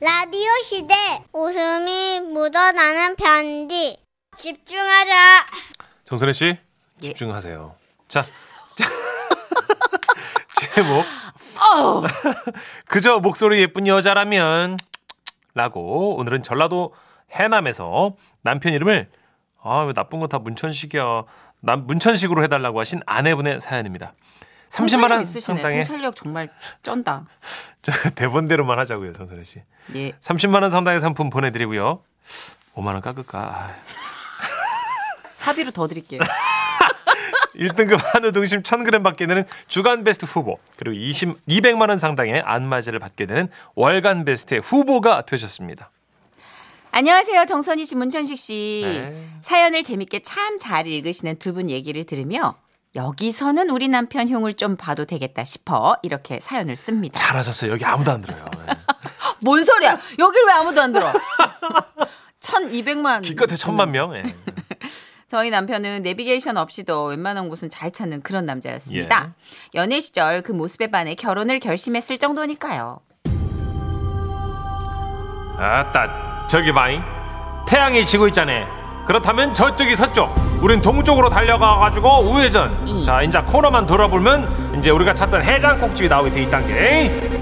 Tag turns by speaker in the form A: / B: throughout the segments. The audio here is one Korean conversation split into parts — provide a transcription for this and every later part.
A: 라디오 시대 웃음이 묻어나는 편지 집중하자
B: 정선혜
C: 예.
B: 씨 집중하세요. 자 제목 그저 목소리 예쁜 여자라면 라고 오늘은 전라도 해남에서 남편 이름을 아 왜 나쁜 거 다 문천식이야 난 문천식으로 해달라고 하신 아내분의 사연입니다. 30만
C: 통찰력
B: 원
C: 있으시네.
B: 상당의
C: 통찰력 정말 쩐다.
B: 저 대본대로만 하자고요, 정선혜 씨.
C: 예.
B: 30만 원 상당의 상품 보내드리고요. 5만 원 깎을까? 아,
C: 사비로 더 드릴게요.
B: 1등급 한우 등심 1000g 받게 되는 주간 베스트 후보 그리고 20, 200만 원 상당의 안마제를 받게 되는 월간 베스트의 후보가 되셨습니다.
C: 안녕하세요. 정선희 씨, 문천식 씨.
B: 네.
C: 사연을 재밌게 참 잘 읽으시는 두 분 얘기를 들으며 여기서는 우리 남편 흉을 좀 봐도 되겠다 싶어 이렇게 사연을 씁니다.
B: 잘하셨어요. 여기 아무도 안 들어요. 예.
C: 뭔 소리야? 여길 왜 아무도 안 들어? 1200만.
B: 기껏해 천만 명. 예.
C: 저희 남편은 내비게이션 없이도 웬만한 곳은 잘 찾는 그런 남자였습니다. 연애 시절 그 모습에 반해 결혼을 결심했을 정도니까요.
B: 아따 저기 봐잉 태양이 지고 있잖아. 그렇다면 저쪽이 서쪽. 우린 동쪽으로 달려가가지고 우회전.
C: 이.
B: 자 이제 코너만 돌아보면 이제 우리가 찾던 해장국집이 나오게 돼 있단 게.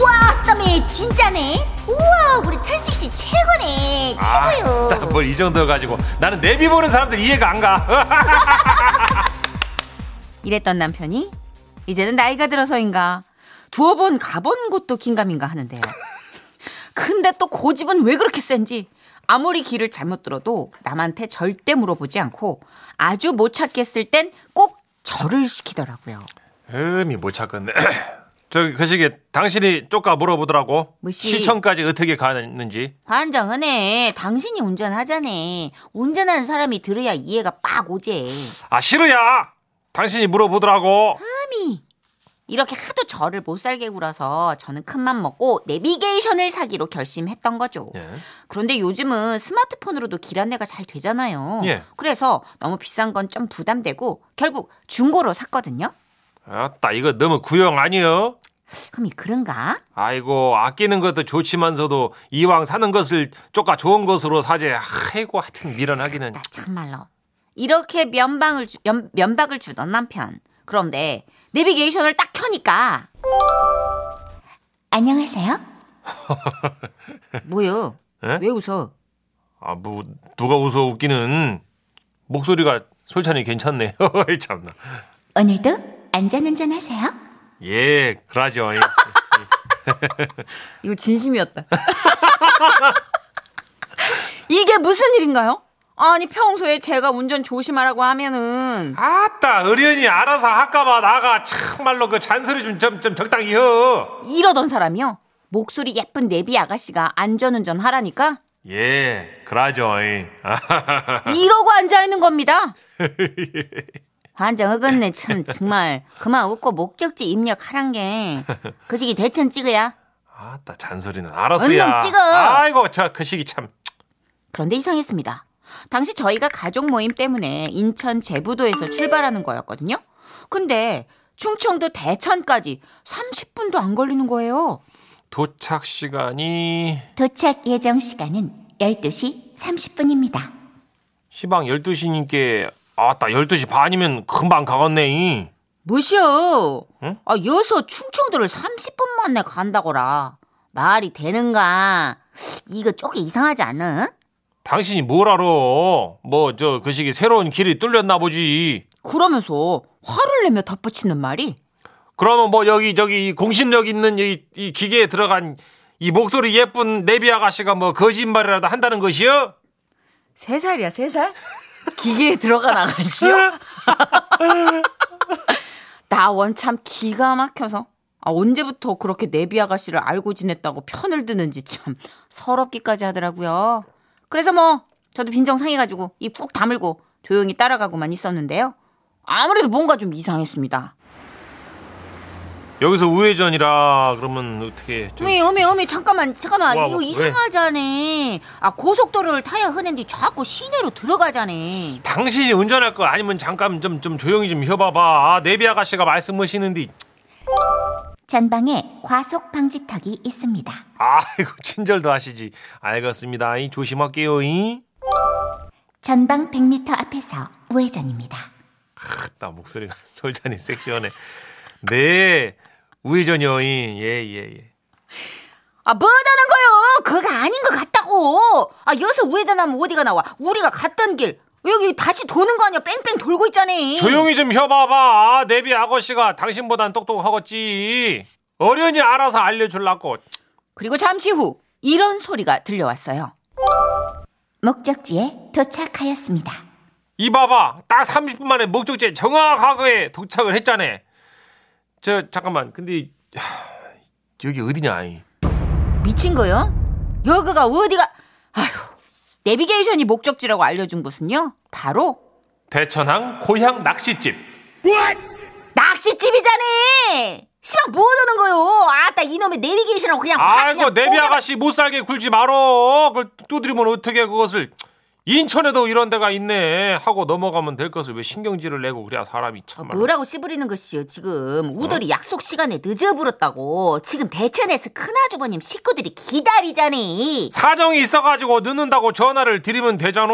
D: 우와, 땀이 진짜네. 우와, 우리 천식 씨 최고네.
B: 아.
D: 최고요.
B: 아뭘이 정도 가지고 나는 내비 보는 사람들 이해가 안 가.
C: 이랬던 남편이 이제는 나이가 들어서인가 두어 번 가본 곳도 긴가민가 하는데요. 근데 또 고집은 왜 그렇게 센지 아무리 길을 잘못 들어도 남한테 절대 물어보지 않고 아주 못 찾겠을 땐 꼭 절을 시키더라고요.
B: 흠이 못 찾겠네. 저기 그 시기에 당신이 쪼까 물어보더라고.
C: 무시.
B: 시청까지 어떻게 가는지.
C: 반장은에 당신이 운전하자네. 운전하는 사람이 들어야 이해가 빡 오제.
B: 아 싫어야. 당신이 물어보더라고.
C: 이렇게 하도 저를 못 살게 굴어서 저는 큰맘 먹고 내비게이션을 사기로 결심했던 거죠.
B: 예.
C: 그런데 요즘은 스마트폰으로도 길 안내가 잘 되잖아요.
B: 예.
C: 그래서 너무 비싼 건 좀 부담되고 결국 중고로 샀거든요.
B: 아따 이거 너무 구형 아니요?
C: 그럼 이 그런가?
B: 아이고 아끼는 것도 좋지만서도 이왕 사는 것을 쪼까 좋은 것으로 사재. 아이고 하여튼 미련하기는.
C: 나 참말로 이렇게 면방을 주- 연- 면박을 주던 남편. 그런데 내비게이션을 딱 켜니까
D: 안녕하세요.
C: 뭐요?
B: 예?
C: 왜 웃어?
B: 아 뭐 누가 웃어 웃기는 목소리가 솔찬히 괜찮네요. 참나.
D: 오늘도 안전운전 하세요.
B: 예 그러죠. 예.
C: 이거 진심이었다. 이게 무슨 일인가요? 아니 평소에 제가 운전 조심하라고 하면은
B: 아따 어련히 알아서 할까봐 나가 참말로 그 잔소리 좀 좀 좀 적당히 요
C: 이러던 사람이요. 목소리 예쁜 내비 아가씨가 안전운전 하라니까
B: 예, 그러죠. 이. 아하하하.
C: 이러고 앉아 있는 겁니다. 완전 어긋네 참 정말 그만 웃고 목적지 입력하란 게 그시기 대천 찍어야.
B: 아따 잔소리는 알았어야.
C: 얼른 찍어.
B: 아이고 저 그 시기 참.
C: 그런데 이상했습니다. 당시 저희가 가족 모임 때문에 인천 제부도에서 출발하는 거였거든요. 근데 충청도 대천까지 30분도 안 걸리는 거예요.
B: 도착 시간이
D: 도착 예정 시간은 12시 30분입니다.
B: 시방 12시니까 아따 12시 반이면 금방 가겠네. 이.
C: 뭐시여?
B: 응?
C: 아, 여기서 충청도를 30분 만에 간다거라. 말이 되는가? 이거 조금 이상하지 않나?
B: 당신이 뭘 알아? 뭐 저 그 시기 새로운 길이 뚫렸나 보지.
C: 그러면서 화를 내며 덧붙이는 말이
B: 그러면 뭐 여기 저기 이 공신력 있는 이, 이 기계에 들어간 이 목소리 예쁜 내비 아가씨가 뭐 거짓말이라도 한다는 것이요?
C: 세 살이야 세 살? 기계에 들어가 나가시오. 나 원참 기가 막혀서 아, 언제부터 그렇게 내비 아가씨를 알고 지냈다고 편을 드는지 참 서럽기까지 하더라고요. 그래서 뭐 저도 빈정 상해가지고 입 꾹 다물고 조용히 따라가고만 있었는데요. 아무래도 뭔가 좀 이상했습니다.
B: 여기서 우회전이라 그러면 어떻게 좀
C: 어미 어미 어미 잠깐만 잠깐만
B: 와,
C: 이거
B: 왜?
C: 이상하자네. 아 고속도로를 타야 하는데 자꾸 시내로 들어가자네.
B: 당신이 운전할 거 아니면 잠깐 좀 좀 조용히 좀 해봐봐 아, 내비 아가씨가 말씀하시는데
D: 전방에 과속 방지턱이 있습니다.
B: 아이고 친절도 하시지. 알겠습니다. 이 조심할게요. 이.
D: 전방 100m 앞에서 우회전입니다.
B: 나 목소리가 솔찬이 섹시하네. 네. 우회전요. 이. 예, 예, 예.
C: 아, 뭐하다는 거요? 그거 아닌 것 같다고. 아, 여기서 우회전하면 어디가 나와? 우리가 갔던 길. 여기 다시 도는 거 아니야? 뺑뺑 돌고 있잖아.
B: 조용히 좀 협봐봐. 내비 아거씨가 당신보단 똑똑하겠지. 어련히 알아서 알려줄라고.
C: 그리고 잠시 후 이런 소리가 들려왔어요.
D: 목적지에 도착하였습니다.
B: 이봐봐. 딱 30분 만에 목적지에 정확하게 도착을 했잖아. 저 잠깐만. 근데 하, 여기 어디냐? 이.
C: 미친 거요? 여기가 어디가? 아휴, 내비게이션이 목적지라고 알려준 곳은요. 바로
B: 대천항 고향 낚시집.
C: 낚시집이잖아. 시방 뭐 하는 거요? 아따 이놈의 내비게이션을 그냥 확
B: 아이고
C: 그냥
B: 내비
C: 뽀개-
B: 아가씨 못살게 굴지 말어. 그걸 두드리면 어떻게 그것을 인천에도 이런 데가 있네 하고 넘어가면 될 것을 왜 신경질을 내고 그래야 사람이
C: 아,
B: 참.
C: 뭐라고 씨부리는 것이요 지금 우들이
B: 어?
C: 약속 시간에 늦어부렸다고 지금 대천에서 큰아주버님 식구들이 기다리자니
B: 사정이 있어가지고 늦는다고 전화를 드리면 되잖아.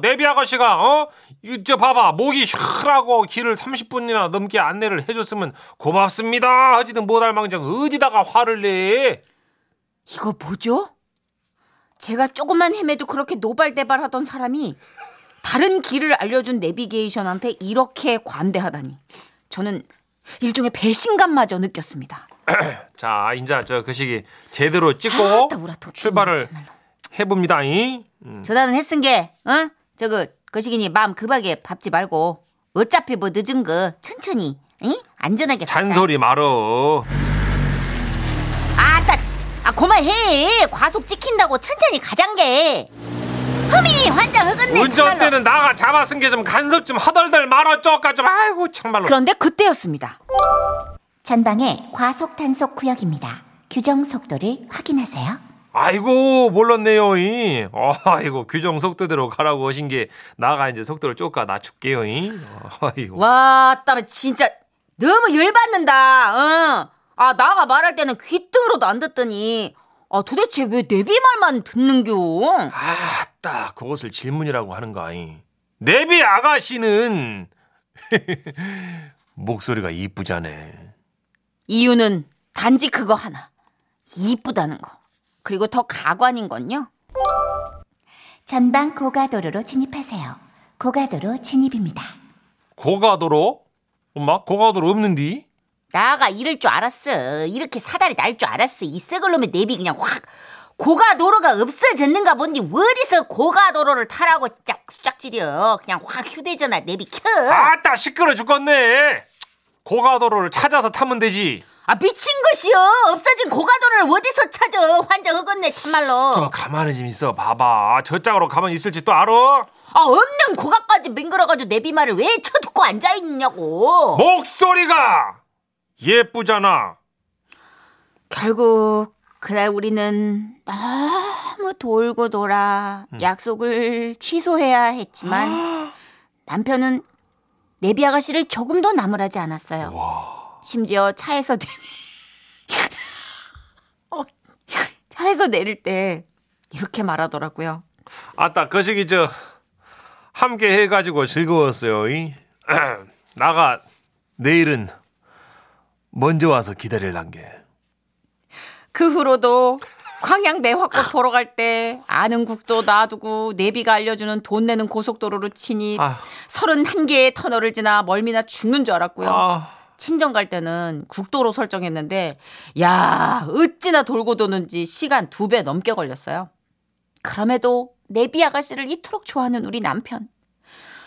B: 내비 아가씨가 어? 이저 봐봐 목이 슈하고 길을 30분이나 넘게 안내를 해줬으면 고맙습니다. 하지는 못할망정 어디다가 화를 내?
C: 이거 뭐죠? 제가 조금만 헤매도 그렇게 노발대발하던 사람이 다른 길을 알려준 내비게이션한테 이렇게 관대하다니 저는 일종의 배신감마저 느꼈습니다
B: 자 인자 저그 시기 제대로 찍고
C: 아따, 우라통 치마,
B: 출발을
C: 정말로.
B: 해봅니다잉.
C: 전화는 음. 했은 게 어? 저거 거시기니 마음 급하게 밟지 말고 어차피 뭐 늦은 거 천천히 응? 안전하게 밟자.
B: 잔소리 말어.
C: 아, 아따 아 그만해 과속 찍힌다고 천천히 가장게 흠이 환장 흑은네 정말로.
B: 운전대는 나가 잡아 쓴 게 좀 간섭 좀 허덜덜 말어 쪼까 좀 아이고 정말로.
C: 그런데 그때였습니다
D: 전방에 과속 단속 구역입니다. 규정 속도를 확인하세요.
B: 아이고 몰랐네요 이. 어, 아이고 규정 속도대로 가라고 하신 게 나가 이제 속도를 쪼까 낮출게요 이. 어, 아이고.
C: 와 따라 진짜 너무 열받는다 어. 아 나가 말할 때는 귀등으로도 안 듣더니 아 도대체 왜 내비 말만 듣는겨
B: 아따 그것을 질문이라고 하는가 이. 내비 아가씨는 목소리가 이쁘자네.
C: 이유는 단지 그거 하나 이쁘다는 거 그리고 더 가관인 건요
D: 전방 고가도로로 진입하세요. 고가도로 진입입니다.
B: 고가도로? 엄마 고가도로 없는디?
C: 나가 이럴 줄 알았어. 이렇게 사다리 날 줄 알았어. 이 썩을 놈의 내비 그냥 확 고가도로가 없어졌는가 본디 어디서 고가도로를 타라고 짝 수작질이여. 그냥 확 휴대전화 내비 켜.
B: 아따 시끄러 죽겠네. 고가도로를 찾아서 타면 되지.
C: 아 미친 것이여. 없어진 고가도로를 어디서 찾아. 환장 흑었네
B: 좀
C: 참말로.
B: 가만히 좀 있어 봐봐 저 짝으로 가만히 있을지 또 알아?
C: 아 없는 고가까지 맹글어가지고 내비 말을 왜 쳐듣고 앉아있냐고.
B: 목소리가 예쁘잖아
C: 결국 그날 우리는 너무 돌고 돌아 약속을 취소해야 했지만 남편은 내비 아가씨를 조금 도 나무라지 않았어요. 심지어 차에서 내 어, 차에서 내릴 때 이렇게 말하더라고요.
B: 아따 그 시기 저 함께 해가지고 즐거웠어요 이. 나가 내일은 먼저 와서 기다릴란 게
C: 그 후로도 광양 매화꽃 보러 갈 때 아는 국도 놔두고 내비가 알려주는 돈 내는 고속도로로 진입
B: 아휴.
C: 31개의 터널을 지나 멀미나 죽는 줄 알았고요.
B: 아,
C: 친정 갈 때는 국도로 설정했는데 야 어찌나 돌고 도는지 시간 두 배 넘게 걸렸어요. 그럼에도 내비 아가씨를 이토록 좋아하는 우리 남편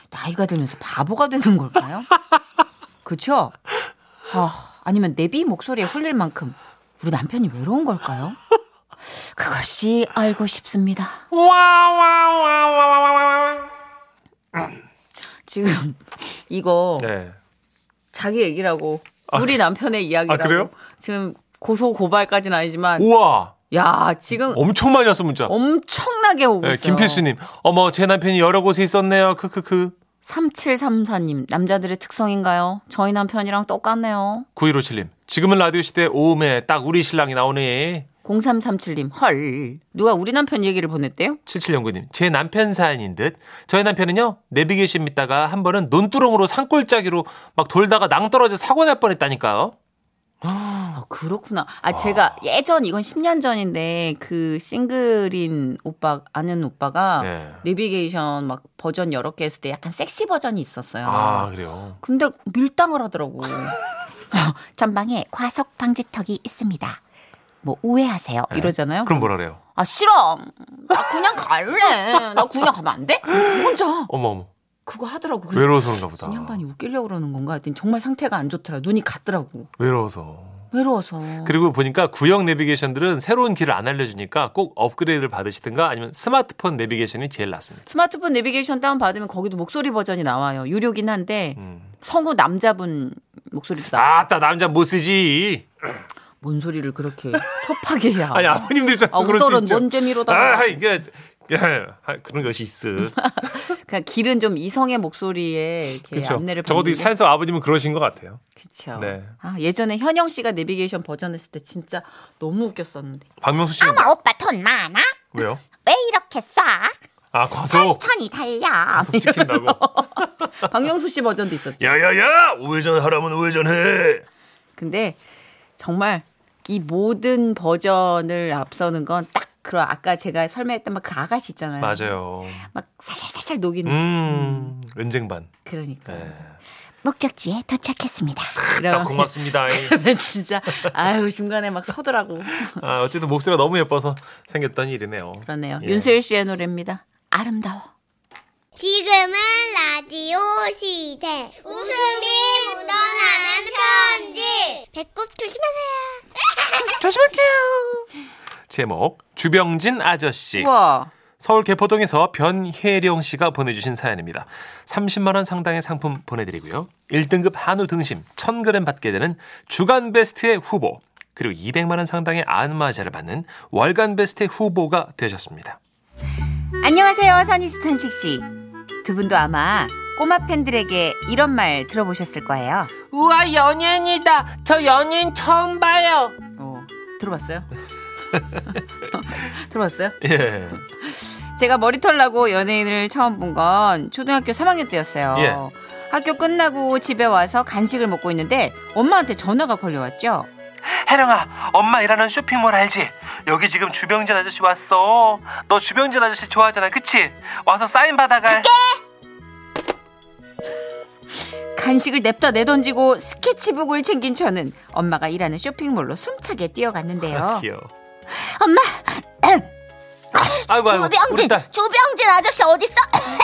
C: 나이가 들면서 바보가 되는 걸까요? 그쵸? 아, 아니면 내비 목소리에 홀릴 만큼 우리 남편이 외로운 걸까요? 그것이 알고 싶습니다.
B: 와와와와와와
C: 지금 이거
B: 네.
C: 자기 얘기라고 우리 남편의 이야기라고
B: 아, 그래요?
C: 지금 고소 고발까지는 아니지만
B: 우와
C: 야 지금
B: 엄청 많이 왔어 문자
C: 엄청나게 오고
B: 네,
C: 있어요.
B: 김필수님 어머 제 남편이 여러 곳에 있었네요 크크크
C: 3734님, 남자들의 특성인가요? 저희 남편이랑 똑같네요.
B: 9157님. 지금은 라디오 시대 오음에 딱 우리 신랑이 나오네.
C: 0337님, 헐. 누가 우리 남편 얘기를 보냈대요?
B: 7709님. 제 남편 사연인 듯. 저희 남편은요. 내비게이션 믿다가 한 번은 논두렁으로 산골짜기로 막 돌다가 낭떨어져 사고 날 뻔했다니까요.
C: 아, 그렇구나. 아, 제가 예전, 이건 10년 전인데, 그 싱글인 오빠, 아는 오빠가
B: 네.
C: 내비게이션 막 버전 여러 개 했을 때 약간 섹시 버전이 있었어요.
B: 아, 그래요.
C: 근데 밀당을 하더라고.
D: 전방에 과속 방지턱이 있습니다. 뭐 오해하세요.
B: 네.
C: 이러잖아요.
B: 그럼 뭐라 그래요?
C: 아, 싫어. 나 그냥 갈래. 나 그냥 가면 안 돼? 혼자.
B: 어머, 어머.
C: 그거 하더라고. 그래서
B: 외로워서 그런가 보다.
C: 이 양반이 웃기려고 그러는 건가 하더니 정말 상태가 안 좋더라. 눈이 갔더라고.
B: 외로워서.
C: 어. 외로워서.
B: 그리고 보니까 구형 내비게이션들은 새로운 길을 안 알려주니까 꼭 업그레이드를 받으시든가 아니면 스마트폰 내비게이션이 제일 낫습니다.
C: 스마트폰 내비게이션 다운받으면 거기도 목소리 버전이 나와요. 유료긴 한데
B: 음.
C: 성우 남자분 목소리도 나와.
B: 아따 남자 못 쓰지.
C: 뭔 소리를 그렇게 섭하게 해야.
B: 아니 아버님들 입장에서 그럴 수
C: 아웃돌은
B: 있죠.
C: 뭔 재미로다.
B: 아 이게 예, 아, 그런 것이 있어.
C: 그냥 길은 좀 이성의 목소리에 이렇게
B: 그렇죠.
C: 예, 안내를
B: 적어도 이 산소 아버님은 그러신 것 같아요.
C: 그렇죠.
B: 네.
C: 아, 예전에 현영 씨가 내비게이션 버전 했을 때 진짜 너무 웃겼었는데.
B: 박명수 씨는
D: 엄마 오빠 돈 많아?
B: 왜요?
D: 왜 이렇게 쏴?
B: 아 과속
D: 천천히 달려.
B: 과속 시킨다고.
C: 박명수 씨 버전도 있었죠.
B: 야야야 우회전 하라면 우회전해.
C: 근데 정말 이 모든 버전을 앞서는 건 딱 그런 아까 제가 설명했던 막 그 아가씨 있잖아요.
B: 맞아요.
C: 막 살살살살 녹이는
B: 음 은쟁반.
C: 그러니까
B: 네.
D: 목적지에 도착했습니다.
B: 딱
C: 이런
B: 고맙습니다. 이.
C: 진짜 아유 중간에 막 서더라고
B: 아, 어쨌든 목소리가 너무 예뻐서 생겼던 일이네요.
C: 그러네요.
B: 예.
C: 윤수일 씨의 노래입니다. 아름다워.
A: 지금은 라디오 시대. 웃음이 묻어나는 편지. 배꼽 조심하세요.
B: 제목 주병진 아저씨
C: 우와.
B: 서울 개포동에서 변혜령 씨가 보내주신 사연입니다. 30만 원 상당의 상품 보내드리고요. 1등급 한우 등심 1,000g 받게 되는 주간 베스트의 후보 그리고 200만 원 상당의 안마자를 받는 월간 베스트의 후보가 되셨습니다.
C: 안녕하세요, 선희 씨, 천식 씨. 두 분도 아마 꼬마 팬들에게 이런 말 들어보셨을 거예요.
E: 우와 연예인이다. 저 연예인 처음 봐요.
C: 어, 들어봤어요? 들어봤어요?
B: 예,
C: 제가 머리털 나고 연예인을 처음 본 건 초등학교 3학년 때였어요.
B: 예.
C: 학교 끝나고 집에 와서 간식을 먹고 있는데 엄마한테 전화가 걸려왔죠.
B: 혜령아, 엄마 일하는 쇼핑몰 알지? 여기 지금 주병진 아저씨 왔어. 너 주병진 아저씨 좋아하잖아, 그치? 와서 사인 받아갈.
C: 간식을 냅다 내던지고 스케치북을 챙긴 저는 엄마가 일하는 쇼핑몰로 숨차게 뛰어갔는데요.
B: 아, 귀여워.
D: 엄마
B: 아이고 아이고 우리
D: 조병진
B: 딸.
D: 조병진 아저씨 어딨어?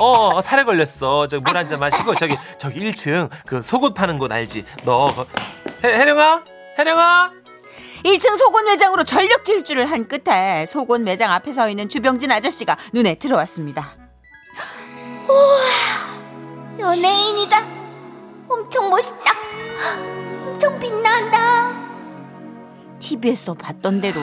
B: 어 어, 살에 걸렸어. 저 물 한 잔 마시고 저기 저기 1층 그 속옷 파는 곳 알지? 너 거- 해, 혜령아 혜령아
C: 1층 속옷 매장으로 전력 질주를 한 끝에 속옷 매장 앞에 서 있는 주병진 아저씨가 눈에 들어왔습니다.
D: 연예인이다. 엄청 멋있다. 엄청 빛난다.
C: TV에서 봤던 대로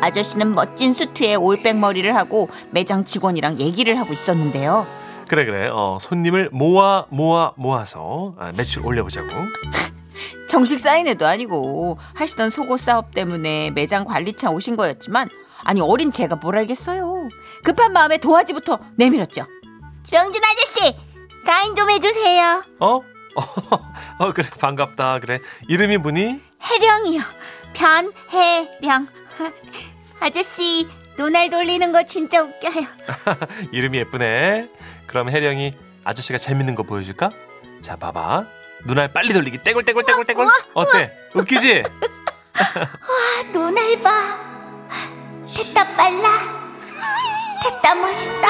C: 아저씨는 멋진 수트에 올백 머리를 하고 매장 직원이랑 얘기를 하고 있었는데요.
B: 그래 그래 어 손님을 모아 모아 모아서 아, 매출 올려보자고.
C: 정식 사인회도 아니고 하시던 속옷 사업 때문에 매장 관리차 오신 거였지만 아니 어린 제가 뭘 알겠어요. 급한 마음에 도화지부터 내밀었죠. 어,
D: 조병진 아저씨 사인 좀 해주세요.
B: 어? 어 그래 반갑다 그래 이름이 뭐니?
D: 해령이요. 변해령. 아저씨 눈알 돌리는 거 진짜 웃겨요.
B: 이름이 예쁘네. 그럼 혜령이 아저씨가 재밌는 거 보여줄까? 자 봐봐 눈알 빨리 돌리기 떼굴떼굴 떼굴떼굴 어때? 웃기지?
D: 눈알 봐. 됐다 빨라. 됐다 멋있어.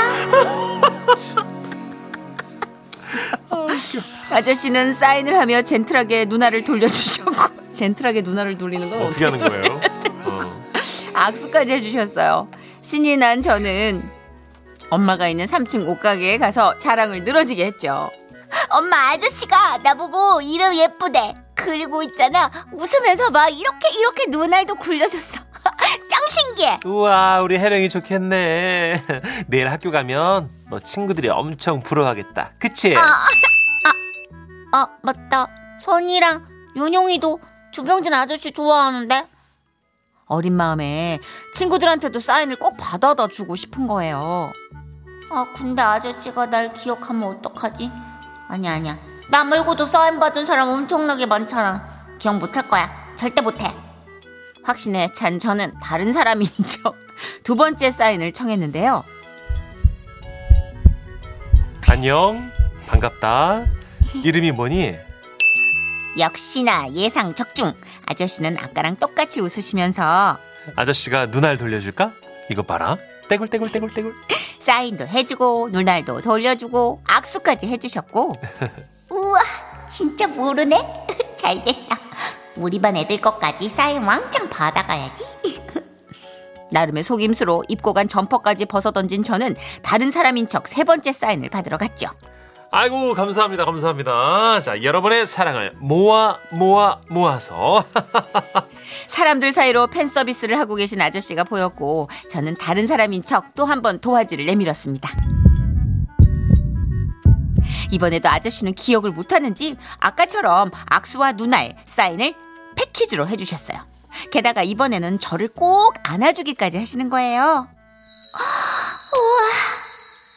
C: 아저씨는 사인을 하며 젠틀하게 누나를 돌려주셨고 젠틀하게 누나를 돌리는 건
B: 어떻게 하는 거예요? 어.
C: 악수까지 해주셨어요. 신이 난 저는 엄마가 있는 3층 옷가게에 가서 자랑을 늘어지게 했죠.
D: 엄마 아저씨가 나보고 이름 예쁘대. 그리고 있잖아 웃으면서 막 이렇게 이렇게 눈알도 굴려줬어. 짱 신기해.
B: 우와 우리 혜령이 좋겠네 내일 학교 가면 너 친구들이 엄청 부러워하겠다 그치?
D: 아, 어,
C: 아 맞다 선이랑 윤용이도 주병진 아저씨 좋아하는데 어린 마음에 친구들한테도 사인을 꼭 받아다 주고 싶은 거예요 아 근데 아저씨가 날 기억하면 어떡하지 아니야 아니야 나 말고도 사인 받은 사람 엄청나게 많잖아 기억 못할 거야 절대 못해 확신에 찬 저는 다른 사람인 척 두 번째 사인을 청했는데요
B: 안녕, 반갑다. 이름이 뭐니?
C: 역시나 예상 적중. 아저씨는 아까랑 똑같이 웃으시면서
B: 아저씨가 눈알 돌려줄까? 이거 봐라. 떼굴떼굴떼굴떼굴.
C: 사인도 해주고 눈알도 돌려주고 악수까지 해주셨고. 우와, 진짜 모르네. 잘됐다. 우리 반 애들 것까지 사인 왕창 받아가야지. 나름의 속임수로 입고 간 점퍼까지 벗어던진 저는 다른 사람인 척 세 번째 사인을 받으러 갔죠.
B: 아이고 감사합니다 감사합니다. 자 여러분의 사랑을 모아 모아 모아서
F: 사람들 사이로 팬 서비스를 하고 계신 아저씨가 보였고 저는 다른 사람인 척 또 한 번 도화지를 내밀었습니다. 이번에도 아저씨는 기억을 못하는지 아까처럼 악수와 눈알 사인을 패키지로 해주셨어요. 게다가 이번에는 저를 꼭 안아주기까지 하시는 거예요.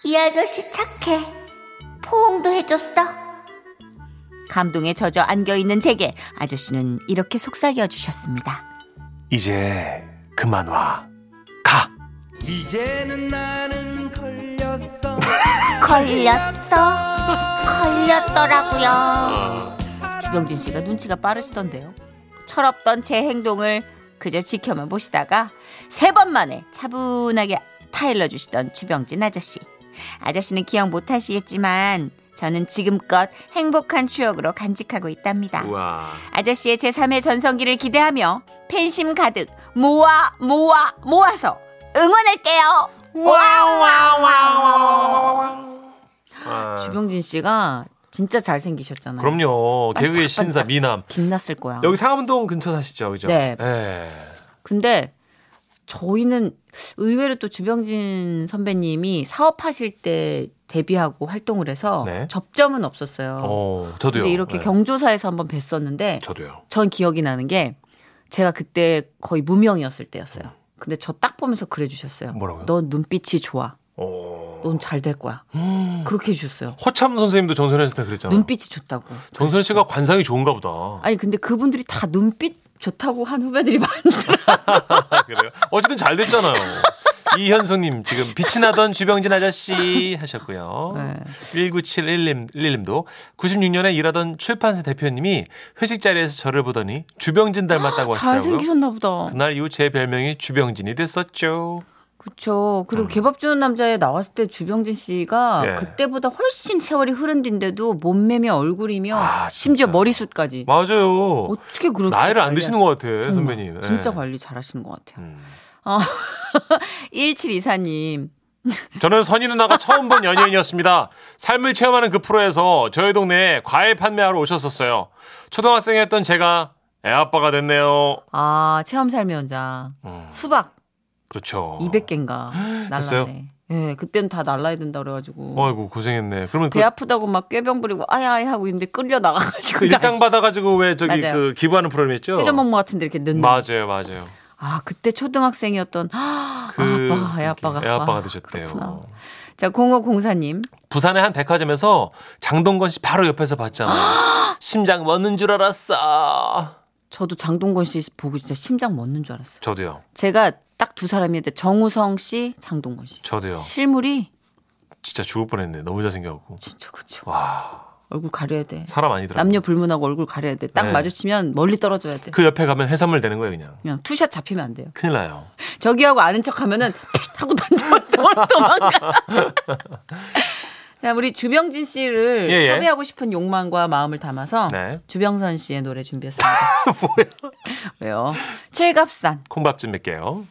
C: 이 아저씨 착해. 포옹도 해줬어. 감동에 젖어 안겨 있는 제게 아저씨는 이렇게 속삭여 주셨습니다.
B: 이제 그만 와 가.
G: 이제는 나는 걸렸어.
C: 걸렸어. 걸렸더라고요. 주병진 씨가 눈치가 빠르시던데요. 철없던 제 행동을 그저 지켜만 보시다가 세 번 만에 차분하게 타일러 주시던 주병진 아저씨. 아저씨는 기억 못 하시겠지만 저는 지금껏 행복한 추억으로 간직하고 있답니다.
B: 우와.
C: 아저씨의 제3의 전성기를 기대하며 팬심 가득 모아 모아 모아서 응원할게요.
B: 아,
F: 주병진 씨가 진짜 잘생기셨잖아요.
B: 그럼요 개그의
F: 반짝반짝.
B: 신사 미남.
F: 빛났을 거야.
B: 여기 상암동 근처 사시죠, 그죠?
F: 네.
B: 예.
F: 근데 저희는 의외로 또 주병진 선배님이 사업하실 때 데뷔하고 활동을 해서
B: 네.
F: 접점은 없었어요.
B: 어, 저도요.
F: 근데 이렇게
B: 예.
F: 경조사에서 한번 뵀었는데
B: 저도요.
F: 전 기억이 나는 게 제가 그때 거의 무명이었을 때였어요. 근데 저 딱 보면서 그래 주셨어요.
B: 음. 뭐라고요?
F: 넌 눈빛이 좋아.
B: 오.
F: 넌 잘 될 거야.
B: 음.
F: 그렇게 해 주셨어요.
B: 어. 허참 선생님도 정선혜 씨한테 그랬잖아요.
F: 눈빛이 좋다고.
B: 정선혜 씨가 관상이 좋은가 보다.
F: 아니 근데 그분들이 다 눈빛 좋다고 한 후배들이 많더라.
B: 아, 그래요? 어쨌든 잘 됐잖아요. 이현숙님 지금 빛이 나던 주병진 아저씨 하셨고요.
F: 네.
B: 1971님 1님도 96년에 일하던 출판사 대표님이 회식 자리에서 저를 보더니 주병진 닮았다고
F: 아, 잘
B: 하시더라고요.
F: 생기셨나 보다.
B: 그날 이후 제 별명이 주병진이 됐었죠.
F: 그렇죠. 그리고 개밥 주는 남자에 나왔을 때 주병진 씨가
B: 예.
F: 아, 그때보다 훨씬 세월이 흐른 뒤인데도 몸매며 얼굴이며
B: 아,
F: 심지어
B: 진짜.
F: 머리숱까지
B: 맞아요.
F: 어떻게 그렇게
B: 나이를 안
F: 관리하-
B: 드시는 것 같아,
F: 정말.
B: 선배님. 예.
F: 진짜 관리 잘하시는 것 같아요.
B: 음.
F: 어, 1724님
B: 저는 선희 누나가 처음 본 연예인이었습니다. 삶을 체험하는 그 프로에서 저희 동네에 과일 판매하러 오셨었어요. 초등학생이었던 제가 애아빠가 됐네요.
F: 아 체험 삶의 원장
B: 음,
F: 수박
B: 그렇죠.
F: 200개인가
B: 됐어요? 어,
F: 날라네. 예, 그때는 다 날라야 된다 그래가지고
B: 아이고 고생했네. 그러면
F: 배
B: 그,
F: 아프다고 막 꾀병 부리고 아야아야 하고 있는데 끌려 나가가지고
B: 그 일당 받아가지고 왜 저기
F: 맞아요.
B: 그 기부하는 프로그램 있죠?
F: 회전목마 같은데 이렇게 넣는
B: 맞아요, 맞아요.
F: 아 그때 초등학생이었던 아,
B: 그
F: 아빠 애 아빠가
B: 애 아빠가
F: 아,
B: 되셨대요.
F: 그렇구나. 자 0504님
B: 부산의 한 백화점에서 장동건 씨 바로 옆에서 봤잖아요. 심장 멎는 줄 알았어.
F: 저도 장동건 씨 보고 진짜 심장 멎는 줄 알았어요.
B: 저도요,
F: 제가 딱 두 사람인데 정우성 씨, 장동건 씨.
B: 저도요.
F: 실물이
B: 진짜 죽을 뻔했네. 너무 잘생겨갖고.
F: 진짜 그쵸.
B: 와,
F: 얼굴 가려야 돼.
B: 사람 아니더라고.
F: 남녀 불문하고 얼굴 가려야 돼. 딱
B: 네.
F: 마주치면 멀리 떨어져야 돼.
B: 그 옆에 가면 해산물 되는 거예요, 그냥.
F: 그냥 투샷 잡히면 안 돼요.
B: 큰일 나요.
F: 저기하고 아는 척 하면은 탁 하고 던져 도망가. 자, 우리 주병진 씨를
B: 예, 예.
F: 섭외하고 싶은 욕망과 마음을 담아서
B: 네.
F: 주병선 씨의 노래 준비했습니다. 뭐야? 왜요? 칠갑산.
B: 콩밥집 몇 개요.